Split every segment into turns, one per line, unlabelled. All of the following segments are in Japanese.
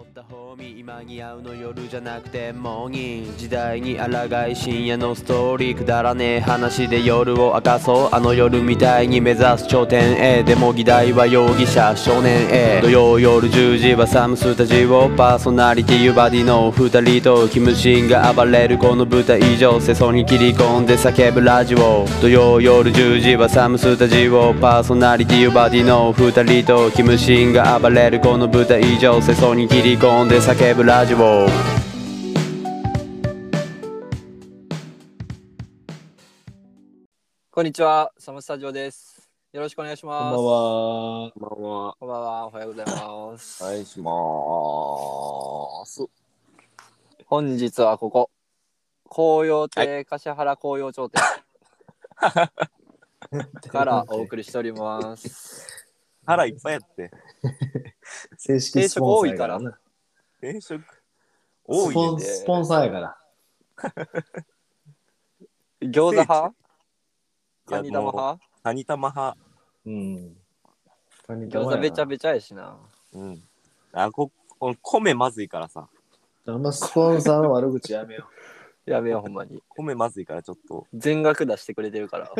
ったホーミー今に合うの夜じゃなくてモーニング時代に抗い深夜のストーリーくだらねえ話で夜を明かそうあの夜みたいに目指す頂点へでも議題は容疑者少年へ土曜夜10時はサムスタジオパーソナリティーバディの2人とキムシンが暴れるこの舞台上世相に切り込んで叫ぶラジオ土曜夜10時はサムスタジオパーソナリティーバディの2人とキムシンが暴れるこの舞台上世相に切り込んで叫ぶラジオ
こんにちは、サムスタジオです。よろしくお願いし
こん
ます。
ばんは。
こんばんは。
こんばんは。おはようございます。
はい、しまーす。
本日はここ、紅葉亭、橿原紅葉町店からお送りしております。
腹いっぱいやって。
正式スポンサーやからな。
転職
ス
多い
ポ
ね
ン
んで。
スポンサーやから。
餃子派
いや
カニ玉派
カニ玉派。
うん。
餃子べちゃべちゃやしな。
うん。あ、こ、この米まずいからさ。
あんまスポンサーの悪口やめよ
やべえ、ほんまに。
米まずいからちょっと。
全額出してくれてるから。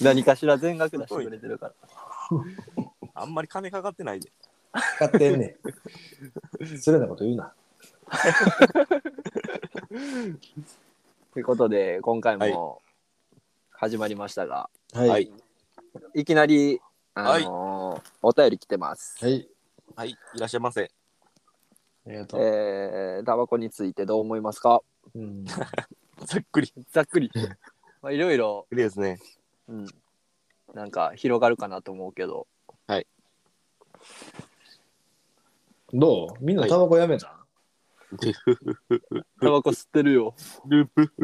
何かしら全額出してくれてるから。
あんまり金かかってないで。
う。使ってんねん。失礼なこと言うな。
ということで、今回も始まりましたが、
はい。は
はいい。
い、きなり、あのーお便り来てます。
はい、いらっしゃいませ。
ありがとう。
えー、タバコについてどう思いますか
うん、
ざっくり。
ざっくり。 まあ、いろいろ、
いいですね。
うん、なんか広がるかなと思うけど、
どうみんなタバコやめた、
タバコ吸ってるよ。
ループ。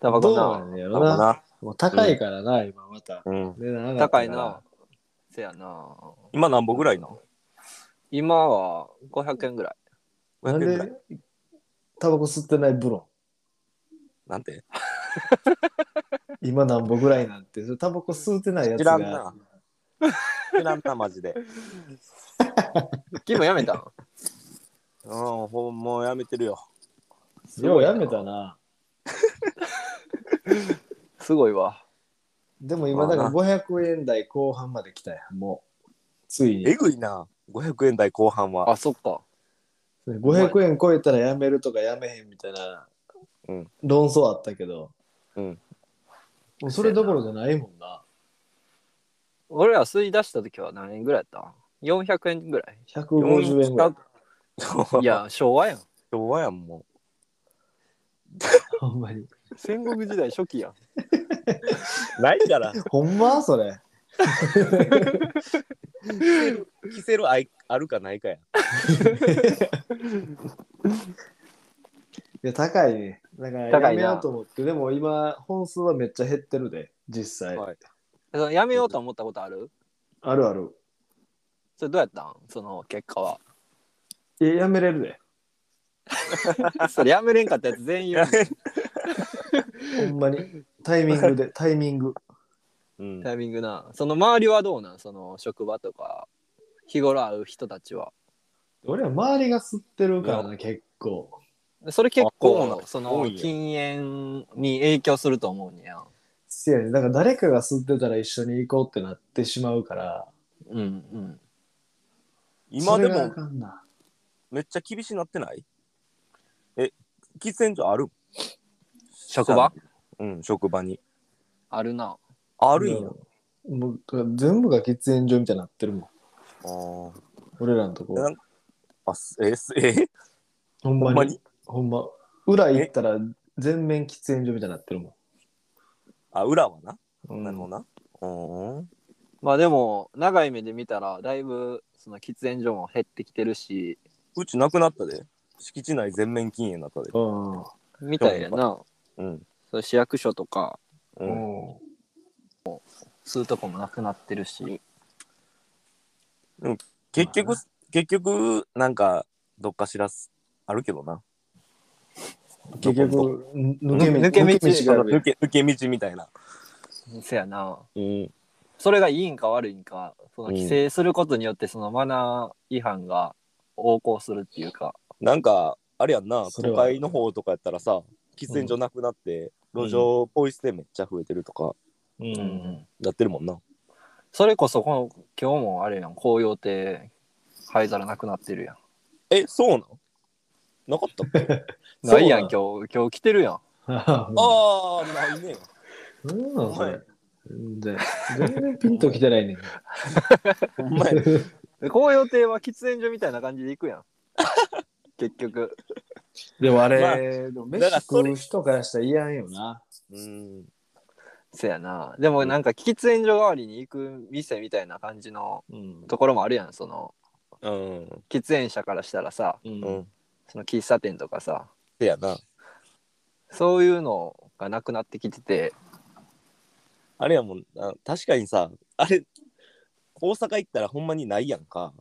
タバコ
どうな
な。
んやろな。
な。
もう高いからな、今また。
うん。
値段上がったか
高
ら
いな。。せやな。
今何本ぐらいな
今は500円ぐらい。
なん
500円ぐらい
でタバコ吸ってないブロ
なんて
ン。今何本ぐらいなんて、それタバコ吸ってないやつ
知
が。
らんな。知らんな、マジで。
君もやめたの
うん、ほんもうやめてるよ。
ようやめたな。
すごいわ。
でも今だから500円台後半まで来たやん、もう。ついに
え。ぐいな。500円台後半は。
あ、そっか。
500円超えたらやめるとかやめへんみたいな
うん
論争あったけど、
うん
もうそれどころじゃないもんな。
俺ら吸い出した時は何円ぐらいやった ?400 円ぐらい。
150円ぐらい。
い や、昭和やん。
昭和やん、も
ほんまに。
戦国時代初期やん。
う。ないから。
ほんまそれ。
着せるあいあるかないかや。
いや、高いね。だから
高
や
い
め
な
ようと思って、でも今、本数はめっちゃ減ってるで、実際。
はい
そのやめようと思ったことある
あるある。
それどうやったんその結果は。
いや、やめれるで。
それやめれんかったやつ全員 言う
ほんまに。タイミン グで、タイミング。
うん
タイミングな。その周りはどうなんその職場とか、日頃会う人たちは。
俺は周りが吸ってるからな、結構。
それ結
あそうなん
構、
だ
そ
多
の
いんや
禁煙に影響すると思うねや。
せやね。だから誰かが吸ってたら一緒に行こうってなってしまうから。
うんうん。
今で
それがあ
も
かんな。
めっちゃ厳しなってないえ、喫煙所ある
職場
うん、職場に。
あるな。
あるんや。
うんもう全部が喫煙所みたいになってるもん。
あー
俺らのとこ。
なんあすえ、すえ、
ほん
ほん
ま
ま
に
に。
ほんま。裏行ったら全面喫煙所みたいになってるも
あ、裏はな。
ん。
なるほどな。うん。
まあでも、長い目で見たら、だいぶその喫煙所も減ってきてるし、
うちなくなったで。敷地内全面禁煙になったで。
うん。
みたいやな。
うん。
そう市役所とか、
う。
うんん。
吸うとこもなくなってるし。
結
ま
局、結局、なんか、どっかしらすあるけどな。
結局、ぬ抜け道
抜け道
抜け道があるや
抜
ん
け、抜け道みたいな。
せやな。
うん。
それがいいんか悪いんかその規制することによってそのマナー違反が横行するっていうか、
なんか、あれやんな、
それ
都
は
会の方とかやったらさ、喫煙所なくなって、路上ポイ捨てめっちゃ増えてるとか、
う。
うん
やってるもんな。
それこそこの今日もあれやん紅葉って灰皿なくなってるやん
え、そうなのなかったっけ
そ
な
うなん
いやん今日今日来てるやん
ああ、
ああ、ないね。
うんなんそ
は
れ
い。
全然全然ピンときてないねん。
ほんまや。
で紅葉亭は喫煙所みたいな感じで行くやん 結局
でもあれ、
まあ
でも
だか
飯
らそ
食
れ
う人からしたら嫌んよな。
うん。
せやなでもなんか喫煙所代わりに行く店みたいな感じの
うん。
ところもあるやんその
うん。
喫煙者からしたらさ
う。
うんん。
その喫茶店とかさ
せやな。
そういうのがなくなってきてて
あれやもんな、確かにさ、あれ、大阪行ったらほんまにないやんか。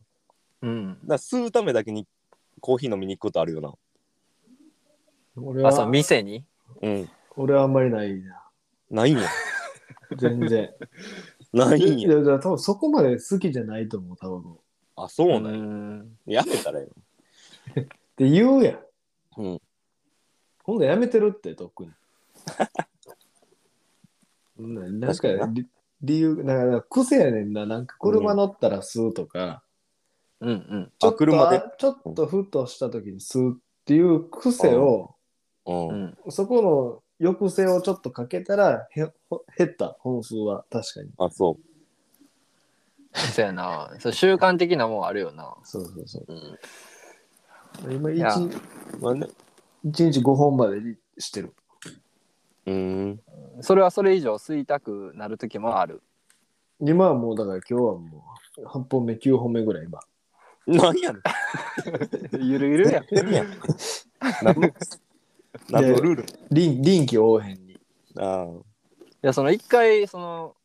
うん
だから吸うためだけにコーヒー飲みに行くことあるよな。
俺
あそう
は、
店に
うん。
俺はあんまりないな。
ないんや。
全然。
ないん
い
や。
や、だから多分そこまで好きじゃないと思う、タバコ。
あ、そうなんや。
ん
やめたらよ。
って言うやん。
うん。
今度やめてるって、とっくに。 うんなんか
確か
理理由、だから癖やねんな。なんか車乗ったら吸うとか、
うんうん
ちょっ
あ
と
車で
あちょっとふとした時に吸うっていう癖を、
うん。
うん
そこの抑制をちょっとかけたらへほ減った本数は確かに。
あ、そう。
そやなそう習慣的なもんあるよな
そうそうそう
うん。
今
いや
1、
まあね、
一日5本までにしてる。
うーん。
それはそれ以上吸いたくなる時もある
今はもうだから今日はもう8本目9本目ぐらい今。
なんやねん。
ゆるゆるやん
やってるやん。何の、何のルール
臨臨機応変に。
ああ。
いやその一回その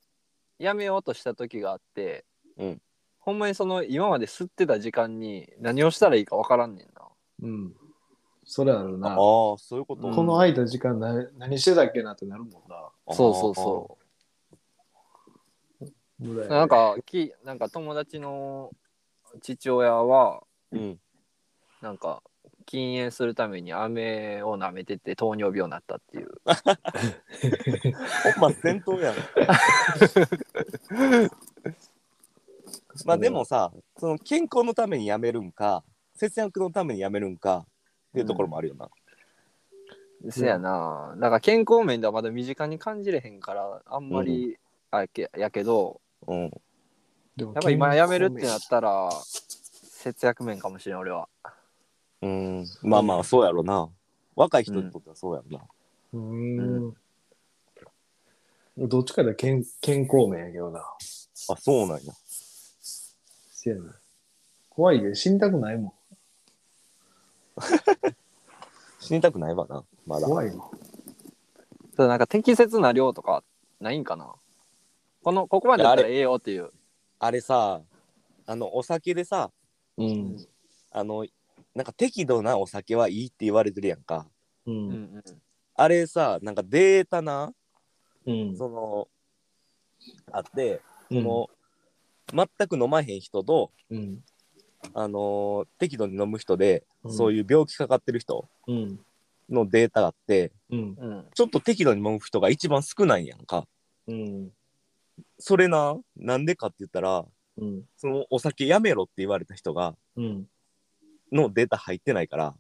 やめようとした時があって、
うん
ほんまにその今まで吸ってた時間に何をしたらいいかわからんねんな
うん。それある
ああ
な。こ
ー、そういうこと。
うん
の空いた時間な何してたっけなってなるもんな。
そうそうそ
ぐら
う
い
なんかきなんか友達の父親は
う。うん。
なんか禁煙するために飴を舐めてて糖尿病になったっていう
ほんま戦闘やん。まあでもさ、その健康のためにやめるんか、節約のためにやめるんかっていうところもあるよな。
せやな、だから健康面ではまだ身近に感じれへんからあんまり、あけやけど
うん。
でも
やっぱ今やめるってなったら節約面かもしれん俺は
うん、まあまあ、そうやろな。若い人にとってはそうやろな。
うーん。どっちかで健健康面やけどな。
あ、そうなんや。
せやな。怖いけど死にたくないも
死にたくないわな、ま
ん。
だ。
怖いも
ただなんか適切な量とかないんかなこのここまでだったらええよっていう
あれさ、あの、お酒でさ、
ん。
あの、なんか適度なお酒はいいって言われてるやんか。
う。
うんん
あれさ、なんかデータな、
うん。
その、あって、
うん。
もう、全く飲まへん人と、
うん。
あのー適度に飲む人で、
うん
そういう病気かかってる人
うん。
のデータがあって、
うん。
うんうん
ちょっと適度に飲む人が一番少ないやんか。
うん。
それな、なんでかって言ったら、
うん。
そのお酒やめろって言われた人が、
うん。
のデータ入ってないから、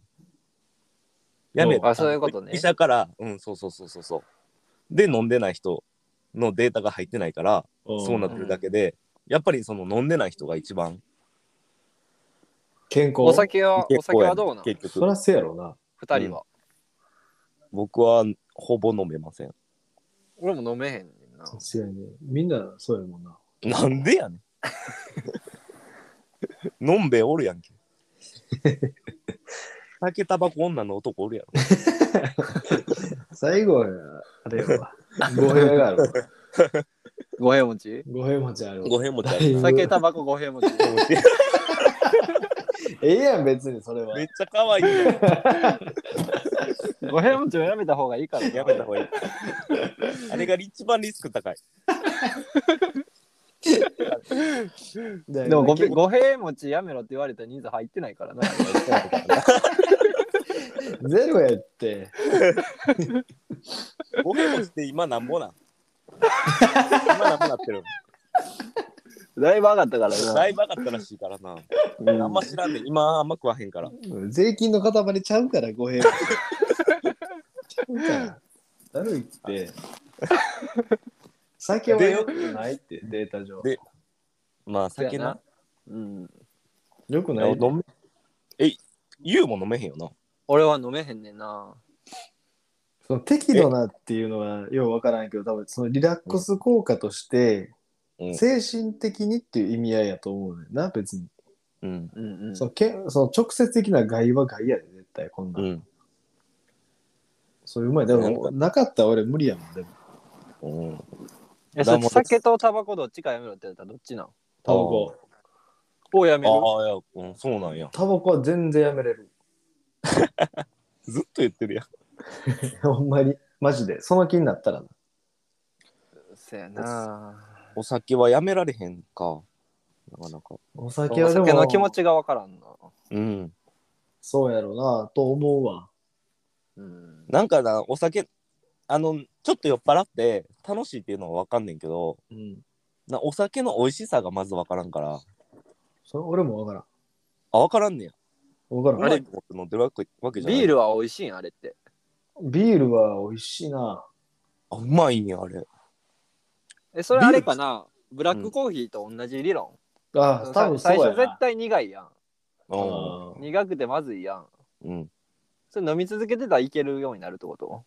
やめろ。
あそういうことね
医者から、うん、そうそうそうそうそう。で、飲んでない人のデータが入ってないから、そうなってるだけで、やっぱりその飲んでない人が一番
健康
お酒はお
結
酒
構や
は
ね
どうなん
結
そ
局、
らせやろな。
二人は、
僕はほぼ飲めません。
俺も飲めへんねんな
せやね。みんなそうやもんな。
なんでやねん。 飲んべえおるや んけ。酒タバコ女の男おるやろ。
最後は、あれやわ。 語弊があるわ。
五平餅
語弊持ちあるわ。
ごへんもちゃうな。
酒タバコ五平餅
ええやん、別にそれは
め。っちゃ可愛いやん。
五平餅をやめた方がいいからな
やめた方がいい。あれが一番リスク高い。
で
でも ご
ご
べ五平餅やめろって言われた人数入ってないからな。
ゼロやって。
五平餅って今なんぼなん今なんぼなってる
だいぶ上がったから
だいぶ上がったらしいからな。
な。
あんま知らんで、今あんま食わへんから。
税金の塊ちゃうから、ごへん。ちゃうから。だるいって。酒はよくないって、データ上。
でまあ酒な。
うん。
よく
い
な
や
い。
飲めえ、ゆうも飲めへんよな。
俺は飲めへんねんな。
その適度なっていうのはようわからんけど、多分そのリラックス効果として、
うん
精神的にっていう意味合いやと思うねんな、別に。
うん。
うんうん。
そのけその直接的な害は害やで、絶対こんな。
うんん。
そういううまい。で
なんか
も、なかったら俺無理やもん、でも。
うん。
えそれ酒とタバコどっちかやめろって言ったらどっちなん
タバコ。
おやめる
ああ、いや、うん、そうなんや。
タバコは全然やめれる。
ずっと言ってるやん。
ほんまに。マジで。その気になったらな。
そやな。
お酒はやめられへんか。なかなか。
お
お
酒は
酒
でも。
の気持ちがわからんな。
うん。
そうやろな、と思うわ。
うん。
なんかな、お酒、あの、ちょっと酔っ払って楽しいっていうのはわかんねんけど、
うん。
なお酒の美味しさがまずわからんから、
それ俺もわからん。
あ、わからんねや。
わか
あ
ら
れ
ん。
飲んでるわけわけじゃない。
ビールは美味しいんあれって。
ビールは美味しいな。
あ、うまいんや、あれ。
え、それあれかなブラックコーヒーと同じ理論。
あ、多分そ
最
うや
初絶
な。
対苦いやん。
う
うん
苦くてまずいやん。
ん。うん。
それ飲み続けてたらいけるようになるってこと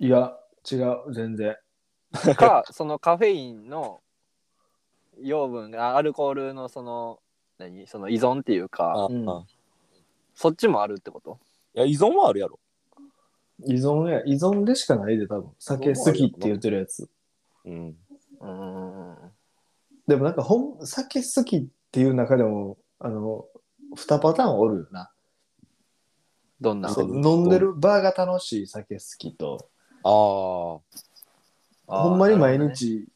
いや、違う、全然。
か、 そのカフェインの養分がアルコールのその、何その依存っていうか、
あ、
うん
あ
そっちもあるってこと
いや、依存はあるやろ。
依存や、依存でしかないで、多分。酒好きって言ってるやつ。
うん。
うーん。
でもなんか、ほん、酒好きっていう中でも、あの、二パターンおるよな。
どんな
そうう飲んでるバーが楽しい酒好きと、
あ
あー
ほんまに毎
なるほどね
日、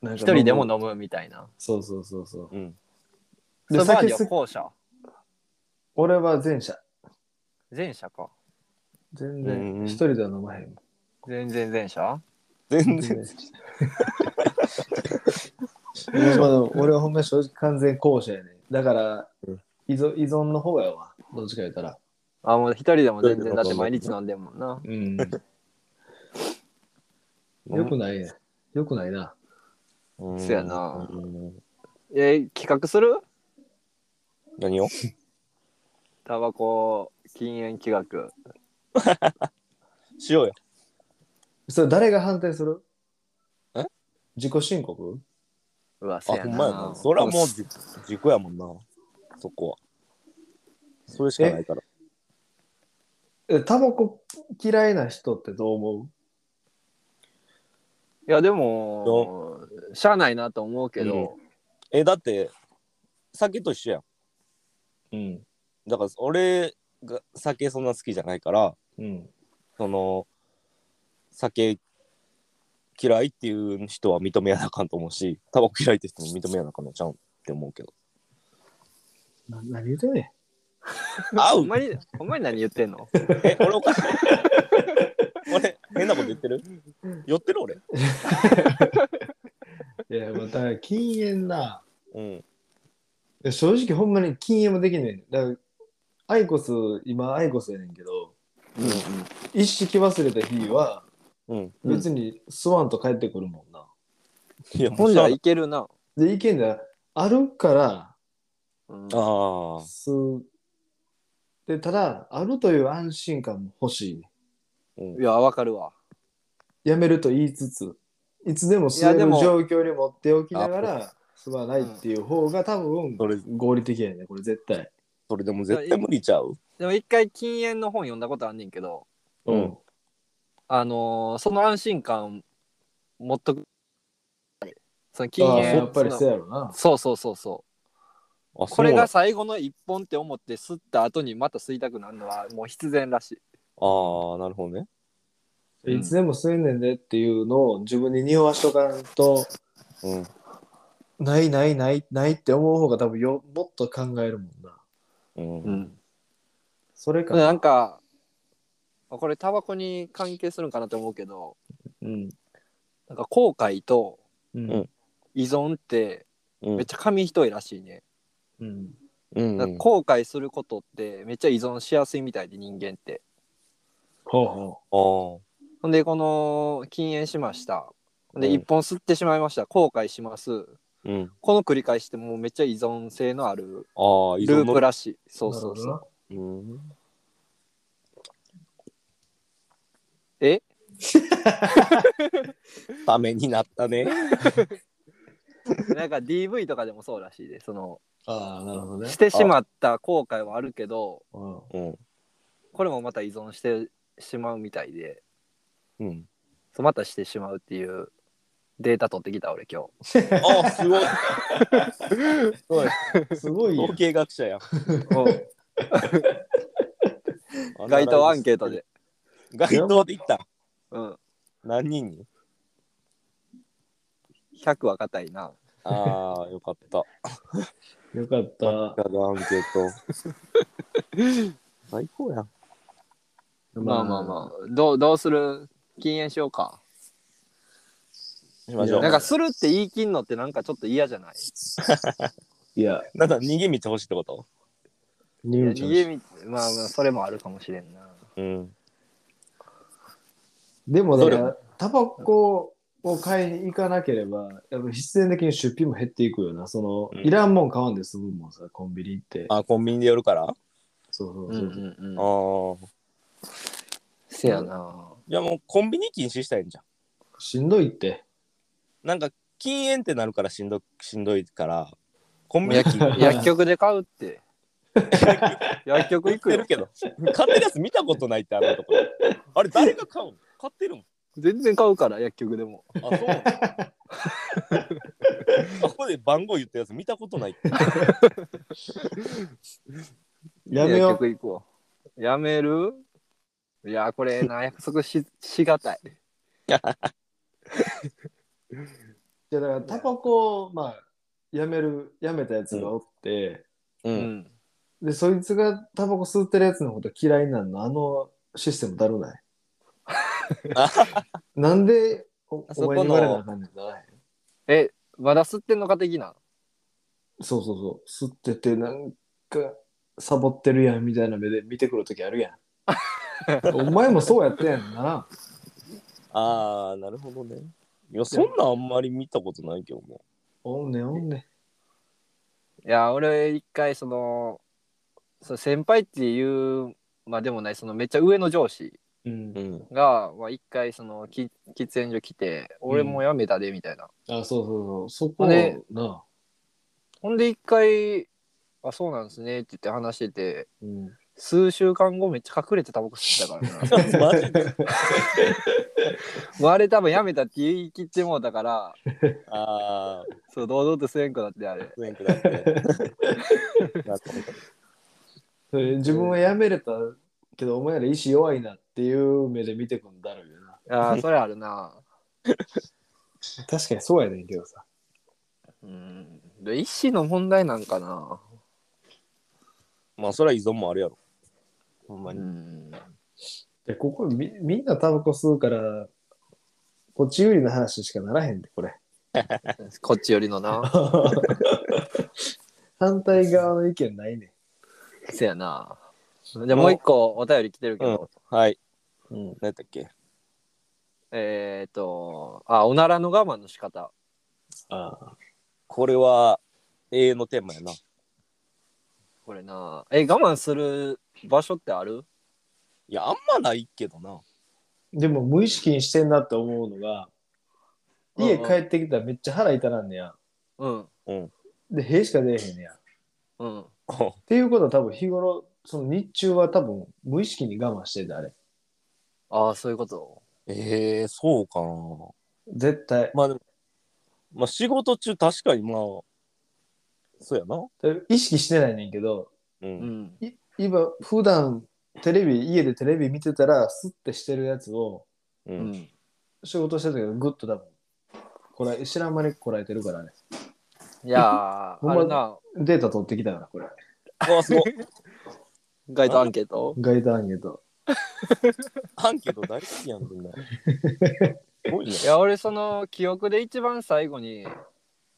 なんか
一
飲む
人でも飲むみたいな。
そうそうそうそう
あ。。うん。
そ
で、
れまで
酒
は
好き、
後者。
俺は前者。
前者か。
全
うん
然、一人では飲まへん。
全然前者
全
全
然。
然いや まあでも俺はほんまに正直完全後者やね。だから
うん、
依存依存の方やわ。どっちか言ったら。
あ、もう一人でも全然だって毎日飲んでるもんな。
うん。よくないね。よくないな。
うん
そやな
うん
え、企画する
何を
タバコ禁煙企画。
しようよ。
それ誰が判定する
え
自己申告
うわ、
あ、
せや
ほんまや
な
な。。そらもうじ、事故やもんな。そこは。それしかないから。
え、タバコ嫌いな人ってどう思
いや、でも、しゃあないなと思うけど、
え、だって、酒と一緒やん。
ううん。
だから、俺が酒そんな好きじゃないから、
うん。
その、酒嫌いっていう人は認めやなあかんと思うし、タバコ嫌いって人も認めやなあかんのちゃうんって思うけど。
な何言うてんね
合
ほ
うん
まに、ほんまに何言ってんの
え、俺おかしい。俺、変なこと言ってる酔ってる俺。
ん。いや、また禁煙な。
うん。
いや正直ほんまに禁煙もできねえだからアイコス今アイコスやねんけど一式忘れた日は
うん。
うん
別に吸わんと帰ってくるもんな、
いや、も
ほ
うんしゃ
じ
あ
ゃ
ない
いけるな。
で意見であるから
うん
あー
吸ってただあるという安心感も欲しい、ね、
うん
いや、わかるわ。
やめると言いつついつでも吸
いや
え
で
る
も
状況に持っておきながら吸わないっていう方が多分
それ、
合理的やねこれ絶対
それでも絶対無理ちゃう。
でも一回禁煙の本読んだことあんねんけど、
うん
あのーその安心感持っとく。その禁
ああ
煙
やっぱり
そ
せ
の
やろな
そうそうそうそう。こ
あ、
れ
そうなん
が最後の一本って思って吸った後にまた吸いたくなるのはもう必然らしい。
あー、なるほどね。
うん
いつでも吸えんねんでっていうのを自分に匂わしとかんと
うん。
ないないないないって思う方が多分よもっと考えるもんな
うん
うん、
それか
なんかこれタバコに関係するんかなと思うけど
うん
なんか後悔と
うん
依存って
うん
めっちゃ紙一重らしいね、
うん
うん
なんか後悔することってめっちゃ依存しやすいみたいで人間って
ほう
あ
ほ
ー
ほんでこの禁煙しましたほんで
うん
1本吸ってしまいました後悔します
うん
この繰り返しってもうめっちゃ依存性のある
あー依
ル
存
ープ
の
らしいそううそうそう
うん
え
ためになったね
なんか DV とかでもそうらしいでその
ああなるほどね
してしまった後悔はあるけど
うん
うん
これもまた依存してしまうみたいで
うん
そうまたしてしまうっていうデータ取ってきた俺今日
あーすごい
おいすごいやん
統計学者やん
該当アンケート で、
街頭で行った
うん、
何人 に
100は硬いな
ああよかった
よかった
街頭アンケート 最高やん
まあまあまあどうどうする禁煙しようか
しましょう
なんかするって言い切んのってなんかちょっと嫌じゃない
いや
なんだ逃げ道欲しいってこと
逃げちゃ
逃
う
げ
し
みまあまあそれもあるかもしれんな
うん
でもだか
ど
らタバコを買いに行かなければやっぱ必然的に出費も減っていくよなその、
うん
いらんもん買わんで済むもんさコンビニ行って
あコンビニで寄るからあ
そうそう
う
そう、
ん
あー
せやな
じゃあもうコンビニ禁止したいんじゃん
しんどいって
なんか禁煙ってなるからしんどしんどいからコンビニ
薬
禁煙
薬局で買う って薬局
売っ
行く
て
よ
るけど買ってるやつ見たことないってあるとこあれ誰が買うの買ってるもん
全然買うから薬局でも
あそうなのあここで番号言ったやつ見たことないって
やめよ
薬局行こうやめるいやこれ な約束ししがたいう
だからタバコをまあやめるやめたやつがおって、
う
う
んん
でそいつがタバコ吸ってるやつのこと嫌いになるのあのシステムだるない なんでお
あそ
お
こ
前
の
に言われなあかんねんな
えまだ吸ってんのか的な
そうそうそう。吸ってて、なんか、サボってるやんみたいな目で見てくるときあ るやん。お前もそうやってんやんな。
ああなるほどねいやそんなんあんまり見たことないけども
おんねんおんね
いや俺一回そのその先輩っていうまあでもないそのめっちゃ上の上司
ん。うん
う。ん
がまあ一回そのき喫煙所来て俺もやめたでみたいな、
あ、そうそうそう。そこ
ね
な。
ほんで一回「あそうなんですね」って言って話してて
うん。
数週間後めっちゃ隠れてタバコ吸ってたから な
マジで
もうあれ多分やめたって言い切ってもうたから
ああ
そう堂々と吸えんくなってあれ
ごめんくださいなんか
それ自分はやめれたけど、お前ら意志弱いなっていう目で見てくんだろうよな。
あ ーそれあるな
確かにそうやねんけどさ。
うんで意思の問題なんかな
まあそれは依存もあるやろほんま
う
に
ん
で、ここみみんなタバコ吸うから、こっち有利な話しかならへんで、これ。
こっちよりのな
反対側の意見ないね
せやなじゃあもう一個お便り来てるけど、
はい
ん。うん。
何やったっけ
えっ、ー、とあおならの我慢の仕方
ああ。
これは永遠のテーマやな
これなえ我慢する場所ってある
いやあんまないけどな
でも無意識にしてんなって思うのが
うんうん
家帰ってきたらめっちゃ腹痛なんねや
うん
うん
で屁しか出えへんねやっ
うん
ていうことは多分日頃その日中は多分無意識に我慢してたあれ
ああそういうこと
ええそうかな
絶対
まあでも、まあ仕事中確かにまあ、そうやな。
で意識してないねんけど
う。
うんん
い今普段テレビ家でテレビ見てたらスッてしてるやつを
う。
うんん
仕事してたけどグッと多分こら知らん間にこらえてるからね
い やー、
ほん
あ
ま
れな、
データ取ってきたから、これ。
あ、すごい。
ガイドアンケート
ガイドアンケート。
アンケート大好きやん、みんな。すごいね
い。や、俺その記憶で一番最後に、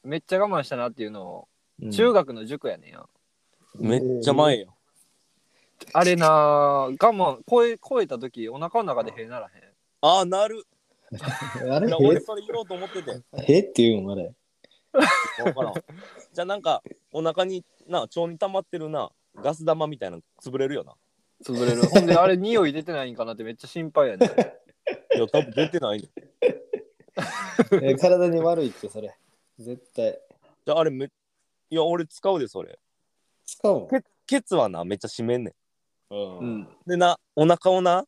めっちゃ我慢したなっていうのを、中学の塾やねんや。
めっちゃ前や。
あれな、我慢、超え、超えた時、お腹の中でへならへん。
ああ、なる。
あ
い
れ
や俺それ言おうと思ってて。
へへって言うんあれ。
わからん。じゃあなんか、お腹に、な、腸に溜まってるな、ガス玉みたいなの潰れるよな。
潰れる。ほんで、あれ匂い出てないんかなってめっちゃ心配やねん。
いや、多分出てない、ね。
え体に悪いって、それ。絶対。
じゃああれめ、いや、俺使うで、それ。
使うもん。
ケケツはな、めっちゃ締めんねん。
う。
うんん。
でな、お腹をな、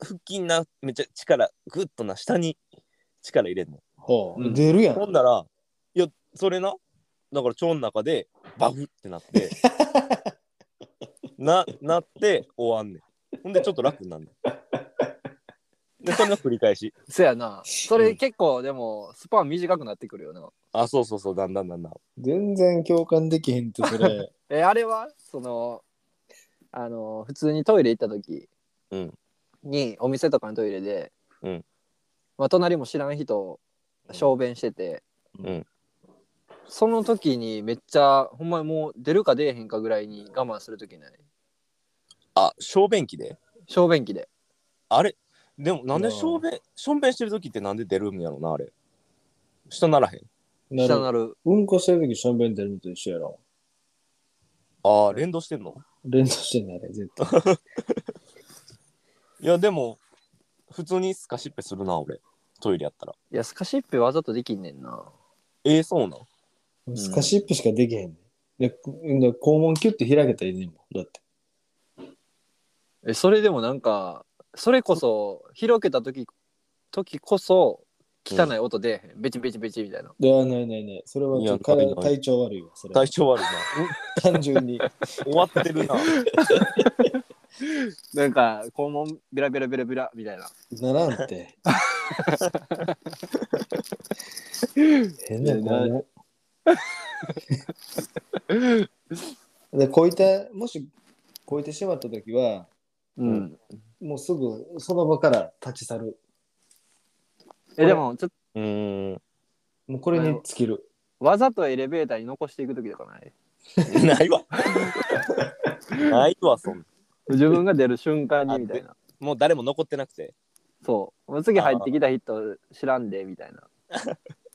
腹筋な、めっちゃ力、グッとな、下に力入れんの。
ほ
う
う。
ん
出るやん。
ほんなら、いや、それな、だから腸の中でバフってなって、な、なって終わんねん。ほんでちょっと楽になんねん。で、それの繰り返し。
そやな。それ結構、でも、スパン短くなってくるよな。
あ、そうそうそう、だんだんだんだん。
全然共感できへんって、それ。
え、あれはその、あの、普通にトイレ行った時
うん
に、お店とかのトイレで、
うん
まあ、隣も知らん人、小便してて、
うん
その時にめっちゃ、ほんまにもう出るか出えへんかぐらいに我慢する時ない。
あ、小便器で
小便器で。
あれでもなんで
うん
小便、小便してる時ってなんで出るんやろな、あれ。下ならへん。
なる
下
ほど
なる。
うんこしてるとき、しょんべん出るのと一緒やろ。
ああ、連動してんの
連動してんだね、絶対。
いや、でも、普通にスカシッペするな、俺。トイレやったら。
いや、スカシッペわざとできんねんな。
ええそうなん。
ん
スカシップしかできへんね、で、こで肛門キュッて開けたらいいねんもん。だって。
え、それでもなんか、それこそ、広げた時、時こそ、汚い音出えへん。ベチベチベチみたいな。
いや、ないないない。それはちょっと
いやない
体
ない
体調悪いわ。それは
体調悪いな。
単純に。
うん終わって るな。。
なんか肛門ビラビラビラビラみたいな。
ならんって。変な
な
肛門。で、こういった、もし、こういてしまったときは、
うん
もうすぐその場から立ち去る。
えでもちょっ
うーん。
もうこれに尽きる。
とわざとエレベーターに残していく時とかない。
ない わ。ないわ、そんな。
自分が出る瞬間にみたいな。
もう誰も残ってなくて。
そう。もう次入ってきた人知らんでみた いな。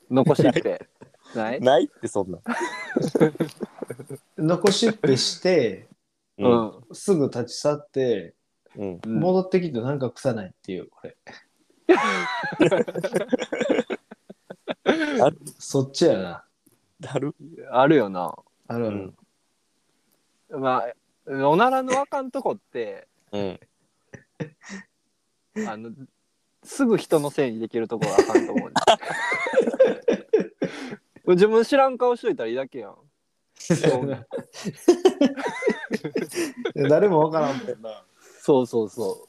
残していって。ない。
ないって、そんな。
残しっぺして、
う。ん。
すぐ立ち去って、
うん。
うん
戻ってきてなんか臭ないっていう、これ。
ある、
そっちやな。
だる。
あるよな。
あるある。
うん
まあおならのあかんとこって
うん。
あのすぐ人のせいにできるとこがあかんと 思うね。自分知らん顔しといたらいいだ けやん。
誰もわからんもんな。
そうそうそ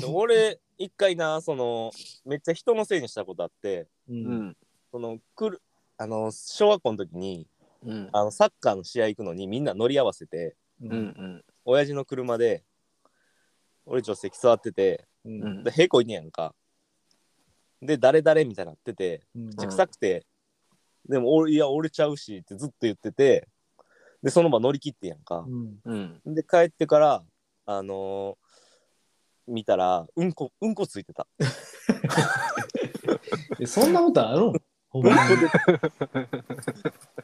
う。
俺、一回な、その、めっちゃ人のせいにしたことあって、
う。
うんん
その、来る、あの、小学校の時に、
うん
あの、サッカーの試合行くのにみんな乗り合わせて、
うんうん
親父の車で、俺助手席座ってて、
うん
うん
で、へこいんねやんか。で、誰々みたいになってて、
うん
めっちゃ臭くて、でも俺、いや、俺ちゃうしってずっと言ってて、で、その場乗り切ってやんか。
うん
うん
で、帰ってから、あのー見たら、うんこ、うんこついてた。
えそんなことあるんほんまに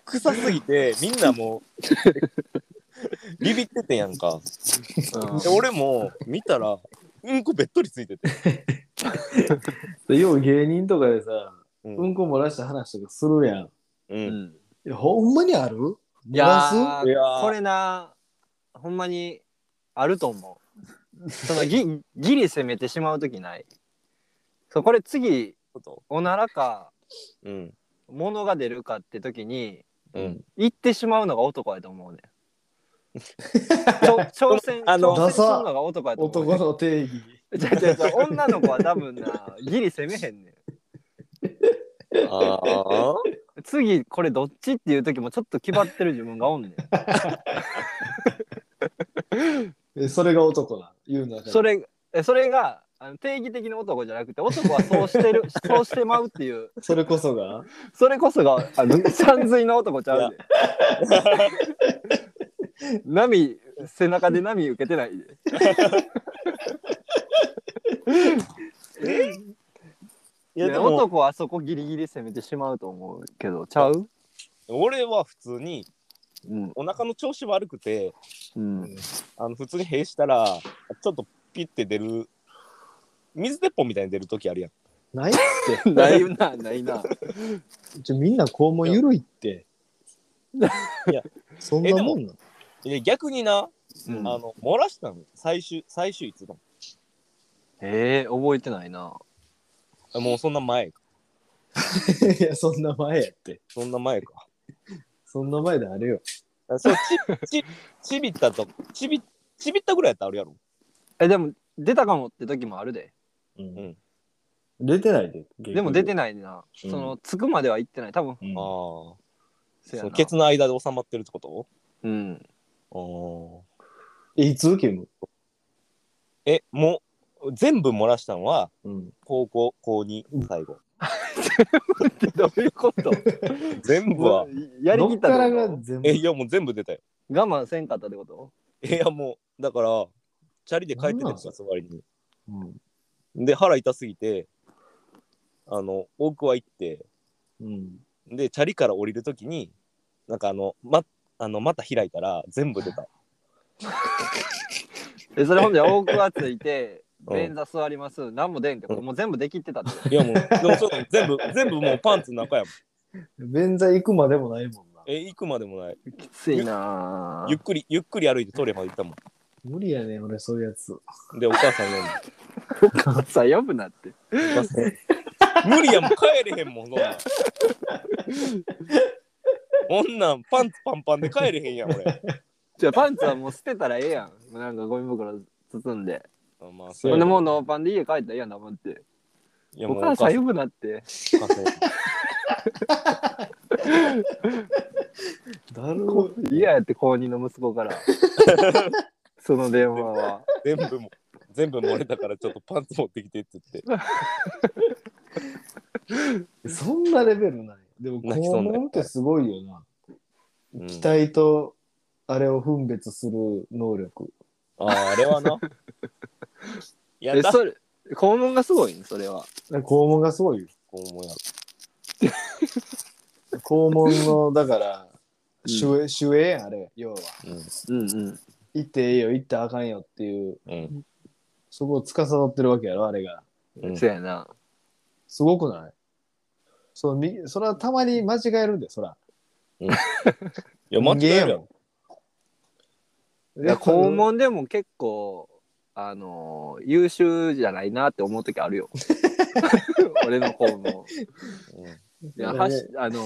臭すぎて、みんなもう、ビビっててやんか。で、俺も見たら、うんこべっとりついてて。
で よう芸人とかでさ、
う。
うんんこ漏らした話とかするやん。
う。
うんん
いやほんまにある
い
漏ら
や
す
ー
いやー
これなほんまにあると思うそのぎギリ攻めてしまう時ないそうこれ次
こと
おならか
うん。
物が出るかって時に
うん。
行ってしまうのが男やと思うねちょ挑戦
あの
挑戦するのが男やと思う、
男
ね、
の定義。
じゃじゃじゃ女の子は多分なギリ攻めへんねん
ああ。
次これどっちっていう時もちょっと気張ってる自分がおんねん
えそれが男な言うな
それえそれがあの定義的な男じゃなくて男はそうして るそうしてまうっていう
それこそが
それこそがあのさんずいの男ちゃうで 波背中で波受けてないで
いや
い
で
や
も
男はそこギリギリ攻めてしまうと思うけどちゃう
俺は普通に
うん
お腹の調子悪くて
うん
あの普通に閉したらちょっとピッて出る水鉄砲みたいに出る時あるやん
な いって
ないなないな
ちょみんな肛門緩いっていやそんなもんなの
いや逆にな、
うん
あの漏らしたの最終最終いつだ
えー、覚えてないな
もうそんな前か
いやそんな前やって
そんな前か
そんな前であれよ
あそう ちちちびったとちびちびったぐらいやったらあるやろ
えでも出たかもって時もあるで
うん出てないで
でも出てないな、
うん
そのつくまでは行ってない多分
うん
ああ
せや
そ
な
のケツの間で収まってるってこと
うん
あ
えいつ受けも
あえもう全部漏らしたのは
うん
高校高2最後
どういう こと
全部は
やりきったって
どっから
こ
が全部
えいやもう全部出たよ
と我慢せんかったってこと
いやもうだからチャリで帰ってたんですよ座りに
うん
で腹痛すぎてあの大桑行って
うん
でチャリから降りるときになんかあのまあのまた開いたら全部出た
えそれほんで大桑ついて
うん
便座座ります何も出んけどもう全部できってたって
いやもうでもそう全部全部もうパンツの中やもん
便座行くまでもないもんな
え行くまでもない
きついな
ゆっくりゆっくり歩いてトイレまで行ったも
無理やね俺そういうやつ
んでお母さん呼んで
お母さん呼ぶなって
無理やもん帰れへんもんそんなんこんなんパンツパンパンで帰れへんやん俺
じゃあパンツはもう捨てたらええやんなんかゴミ袋包んで
あまあ
そ
ほ
うや
んで
ね
もうノーパンで家帰ったらええやん黙って
いや
お
もう
母さん呼ぶなって
お母さん
だる
嫌やって公認の息子から その電話は
全部も全部漏れたからちょっとパンツ持ってきてって言って
そんなレベルないでも
泣きそう
肛
になる
門ってすごいよな
うん
期待とあれを分別する能力
あああれはないや
え
だ
それ肛門がすごいねそれは
肛門がすごいよ
こう思うやろ
肛門のだから
うん
主演主演あれ要は
うんうん
行ってええよ行ったらあかんよっていう
うん
そこを司ってるわけやろあれが
うん
そうやな
すごくないそのみそれはたまに間違えるんでそら
いや間違えるやろ
い
いや肛門でも結構あのー優秀じゃないなって思う時ある よ俺の肛門いやはしあの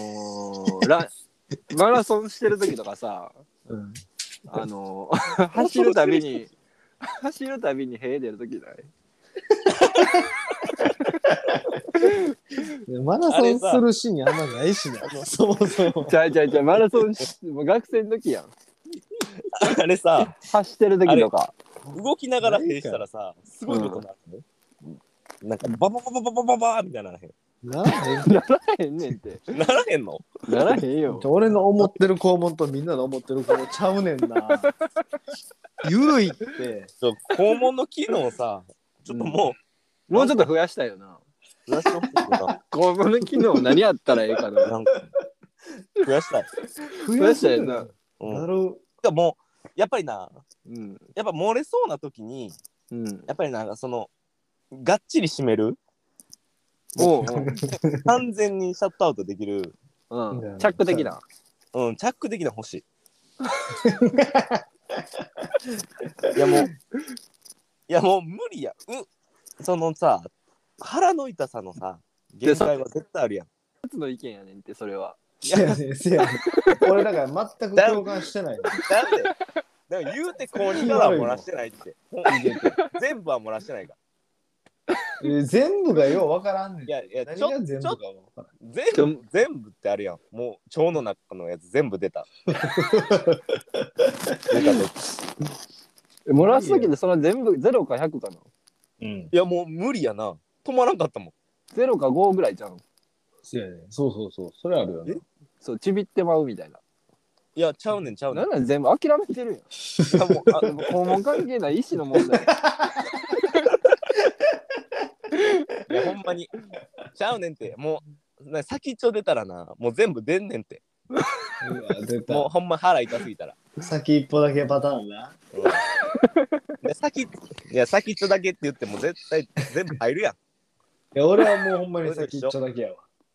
ーラマラソンしてる時とかさ
うん
あの ー走るたびに走るたびに塀出る時ない
いやマラソンするシーンあんまないしなそもそも
ちゃいちゃいちゃいマラソンしもう学生の時やん
あれさ
走ってる時とか
動きながら閉したらさすごいことになるのなんかババババババババーみたいにならへん
ならへん
ならへんねんって
ならへんの
ならへんよ
俺の思ってる肛門とみんなの思ってる肛門ちゃうねんな。ゆるいって。
ちょ肛門の機能さちょっとも
もうちょっと増やしたいよな
う増やしてほしいな
肛門の機能何やったらええかな
なんか増やしたい、
増
やしたよな
うん、
な
だか
る。
らもうやっぱりな
うん
やっぱ漏れそうな時に
うん
やっぱりなんかそのがっちり締める
おう
完全にシャットアウトできる、
おう、
う
うんん、チャック的な
うん、チャック的な欲しいいやもういやもう無理やうそのさ腹の痛さのさ限界は絶対あるやん
二つの意見やねんってそれはい
せや
や
ねん、せやねん。俺だから全く共感してない。
なんでだから言うて公認からは漏らしてないってほん全部は漏らしてないから
えー全部がようわからんねん。
いやいや
何
ちょ
が全部かわからん。
全
ちょ
部全部ってあるやんもう腸の中のやつ全部出た出た出た
漏らす時でその全部0か100かな
うん。
いやもう無理やな止まらんかったもん
0か5ぐらいじゃん
そうやねそうそうそう。それあるよね。
そうちびってまうみたいない
やちゃうねんちゃうねん
なんなん全部諦めてるやん
いやもうあ
でも肛門関係ない意思の問題
いやほんまにちゃうねんってもうな先っちょ出たらなもう全部出んねんって
うわ出
もう
た。
ほんま腹痛すぎたら、
先一歩だけパターンな。
うんいや先いや先っちょだけって言っても絶対全部入るやん
いや、俺はもうほんまに先一歩だけやわ。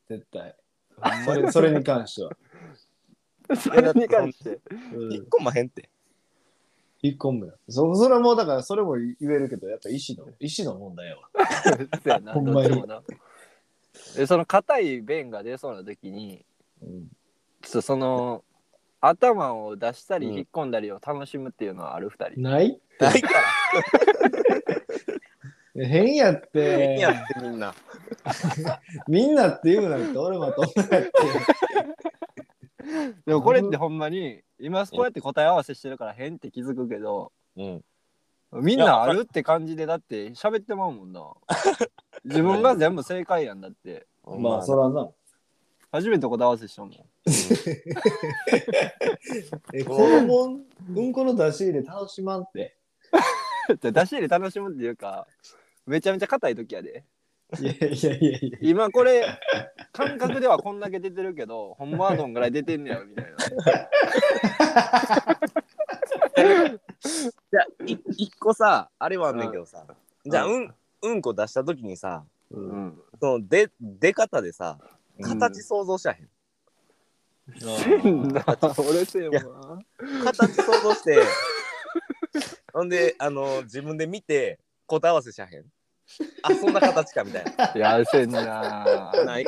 絶対。それそれに関しては。
それに関して
うん
一個もへんって
一個目だ。そそれはもうだから、それも言えるけど、やっぱ意思の、意思の問題やわ。
そうやな
ほんまに
どっちもなでその硬い便が出そうな時に
うん。
ちょっとその頭を出したり
うん
引っ込んだりを楽しむっていうのはある二人、
ない
ないから
変やって。
変やってみんな
みんなって言うなんて、俺もと同じやって。
でもこれってほんまに今こうやって答え合わせしてるから変って気づくけど
うん
みんなあるって感じでだって喋ってまうもんな 自分が全部正解やんだって
まあ、そらな。
初めて答え合わせしたもん
え、子供、うんこの出し入れ楽しまんって。
じゃ出し入れ楽しむっていうかめちゃめちゃ硬い時やで
いやいやいやいや。
今これ感覚ではこんだけ出てるけど ほんまはどんぐらい出てんねやろみたいな
じゃあい一個さあれはあんねんけどさ、じゃあうんうんこ出した時にさ
う、
うんん
その出出方でさ
う
形
ん
想像しやへん、
せん な俺せん
いや
わ
形想像して ほんであの自分で見て答え合わせしやへんあそんな形かみたいない
やせんな
ないい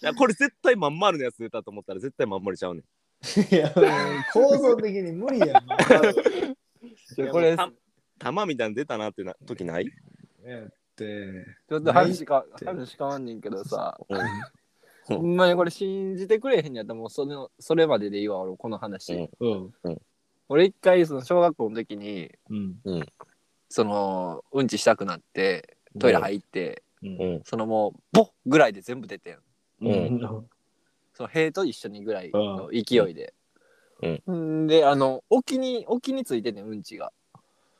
やこれ絶対まん丸のやつ出たと思ったら絶対まん丸ちゃうねん
いや、もう構造的に無理やん。まあだ
ちょこれ
い
ち
やもうた玉みたいなの出たなってな時ない
って。
ょっと話か話変わんねんけどさ
うん
ほんまにこれ信じてくれへんやったらもうそれのそれまででいいわ俺この話、
うん
うん。
俺一回その小学校の時に
うん。
そのうんちしたくなってトイレ入って、
うん
そのもうボッぐらいで全部出てん
う
うん
ん。
その塀と一緒にぐらいの勢いで、
うん
んであの沖に沖についててうんちが、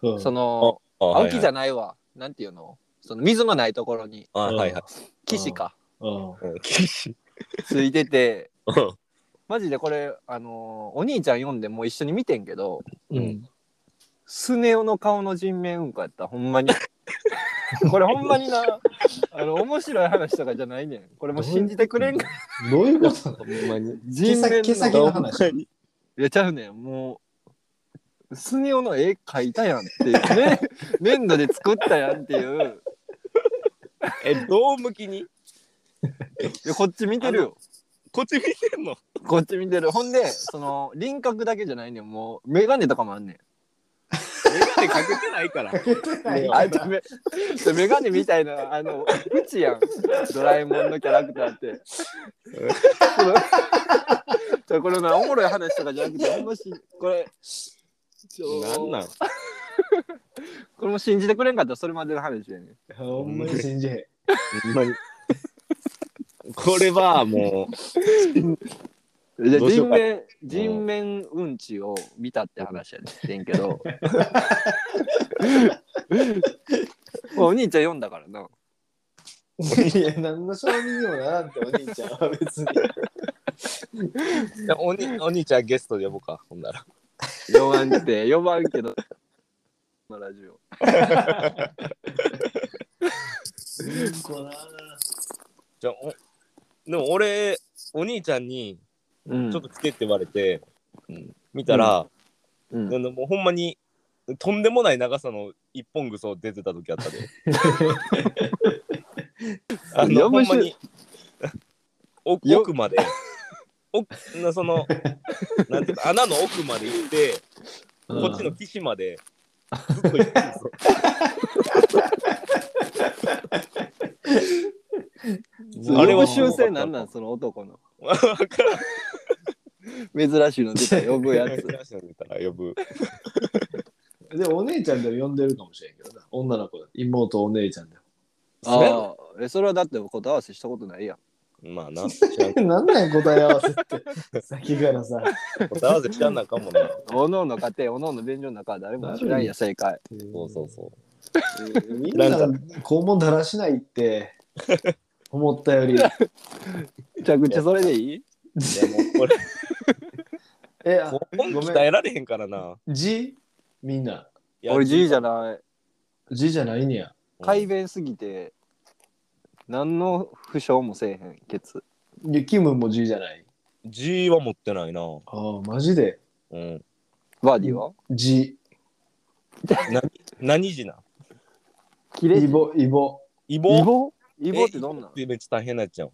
うん。
その
あ
あ沖じ
ゃ
ゃないわなんていうのその水のないところに
あはいはい
岸か
うん。
うん岸
ついてて
うん
マジでこれあのーお兄ちゃん読んでもう一緒に見てんけど
うん。
スネ夫の顔の人面うんこやったほんまにこれほんまになあの面白い話とかじゃないねんこれもう信じてくれんか
どういうこと
ほんまに
人面
毛先の話
顔いやちゃうねんもうスネ夫の絵描いたやんっていうね粘土で作ったやんっていう
えどう向きに
いやこっち見てるよ
こっち見てんの
こっち見てるほんでその輪郭だけじゃないねんもう眼鏡とかもあんねん
眼鏡かけてない から
かけて ないよ
あダメメガネみたいなあのうちやんドラえもんのキャラクターってこの じゃあこれなおもろい話とかじゃなくてほんましこれちょ
なんなん
これも信じてくれんかったらそれまでの話やねん
ほんまに信じへん。
ほんまにこれはも
じゃあ
どうしよ
人
うか
面人面うんちを見たって話やねんけ どお兄ちゃん読んだからない
や、何の証人にもならんって、お兄ちゃんは別に。
ういやおにお兄ちゃんゲストで呼ぼうかほんなら
読まんって読まんけどこのラジオ
うんこな
じゃあおでも俺お兄ちゃんに
うん
ちょっとつけって言われて、見たら、
うん
あのもうほんまにとんでもない長さの一本ぐそ出てた時あっ たであの
や
ほ
ばい
ん
し
まにお
よ
奥まで奥な そのなんていうの穴の奥まで行ってこっちの岸までずっと行ってたんです よあれは
修正なんなんその男の
わからん
珍しいの出た呼ぶやつ
呼ぶ。
でもお姉ちゃんでも呼んでるかもしれんけどな女の子だ妹お姉ちゃんで
そ
ああえそれはだって答え合わせしたことないやん
れまあな、知らん
もなんなん答え合わせって先からさ
答え合わせしたんなんかもな。
おのおの家庭おのおの便所の中は誰も知らんや正解
そうそうそう。
みんな肛門だらしないって思ったより
めちゃくちゃそれでいい
でもこれ、
えあ
本鍛えられへんからな。
じみんない
や
俺 G じゃない
じじゃないんや
改便すぎて何の負傷もせえへんケツ
いやキムもじじゃない
G は持ってないな。
ああマジで
うん。
バーディは
じ
何時な
キレ
イ
イボ
ボイボ
イボ
イボイボってどん
え
な
イボ
ん
ってめっちゃ大変なやつじゃん。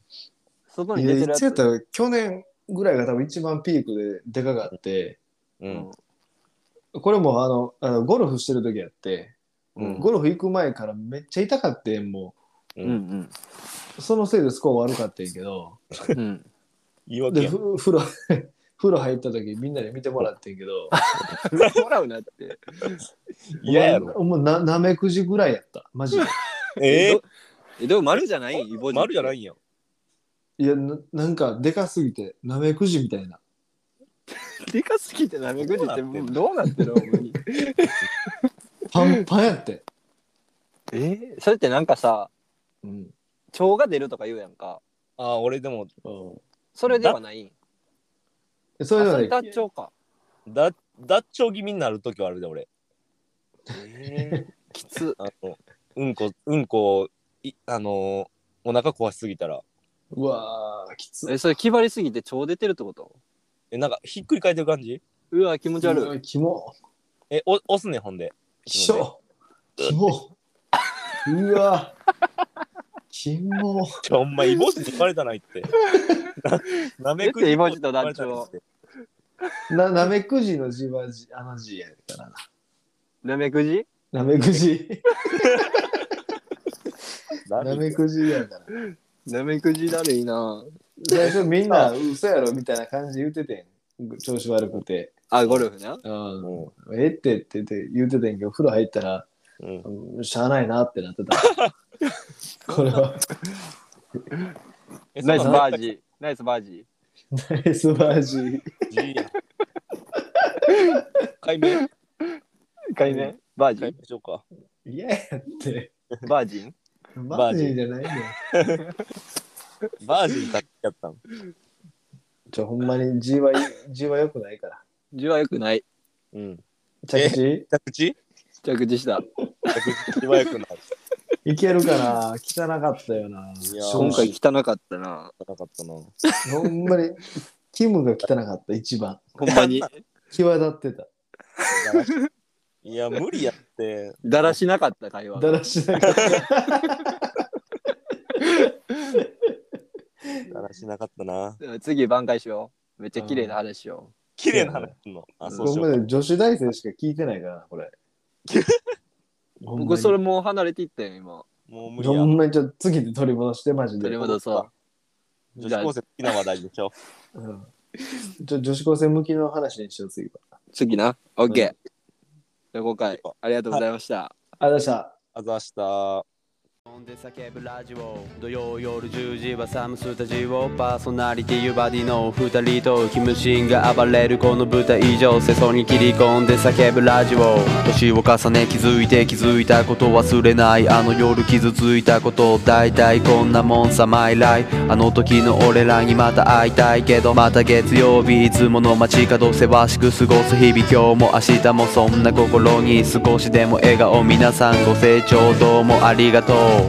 外
い
に出
や
て
い
るや
つや
つ
ったら去年ぐらいが多分一番ピークででかかって
うん。
これもあのあのゴルフしてる時やって、
うん
ゴルフ行く前からめっちゃ痛かってんも
う。
うんうんん
うそのせいでスコア悪かったんやけど
うんうん
言い訳
で
やん。
ふ風呂 風呂入った時みんなで見てもらってんけど
もらうなって
嫌やろ。
お前ななめくじぐらいやったマジで
え
どえでも丸じゃないイボ
ー、丸じゃないいんや。
いやななんかでかすぎてなめくじみたいな
でかすぎてなめぐじってもうどうなってるの
パンパンやって、
えそれってなんかさ
うん
腸が出るとか言うやんか
あー、俺でも、
それではない
それではね
あそれ脱腸か
だ、脱腸気味になるときはあるで、俺。
えーきつ
あの、うんこ、うんこ、いあのーお腹壊しすぎたら。
うわーきつい
えそれ気張りすぎて腸出てるってこと
え、なんか、ひっくり返ってる感じ
うわ気持ち悪い
いキモ
え、お押すね、ほんで。
きしょキモうわキモ
ちょ、お前、イボジにバレたないって。ななめく
出て
じ
イボジと団長
バレたないって
ななめくじの字はじあの字やからな
なめぐじ
なめくじ
な
なめ
め
くじやから
なめくじだるいな
最初みんな嘘やろみたいな感じで言っててん調子悪くて、
あゴルフな
うん
うん
ええってって言って言ってたんやけど風呂入ったら、
うん
うんしゃあないなってなってたこれは
えそん
ナ
な
イ
ん
スバージナイスバージ
ナイスバージー
いいや。解明
回目バージ
解
ン
明しようか。
嫌やって
バージン
バージーじゃないね
バージンだけやったん。
ちょほんまに G は G は良くないから
字はよくない
うん。
着地
着地
着地した
着地はよくなかっ
いけるかな汚かったよない
やー
今
今
回
回
汚かったな
たなかったな。
ほんまにキムが汚かった一番
ほんまに
際立ってた
いや、無理やって。
だらしなかった会話
だらしなかった
だらしなかったな。
次挽回しようめっちゃ綺麗な話しよ
綺麗な話すんの。あ、そう
ほ
しよ
んま
うか。
に女子大生しか聞いてないからなこれほ
うん
まに
僕それもう離れていったよ今
もう無理
ほ
や。
んまにちょっと次で取り戻してマジで
取り戻そ
女子高生好きな話題でしょ。
うんちょ女子高生向きの話にしよう次は
う次な OK じ
う
ゃあ今回ありがとうございました、
ありがとうございました
あざした。
飲んで叫ぶラジオ土曜夜10時はサムスタジオパーソナリティーバディの2人とキムシンが暴れるこの舞台以上世相に切り込んで叫ぶラジオ年を重ね気づいて気づいたこと忘れないあの夜傷ついたこと大体こんなもんさマイライあの時の俺らにまた会いたいけどまた月曜日いつもの街角せわしく過ごす日々今日も明日もそんな心に少しでも笑顔皆さんご清聴どうもありがとう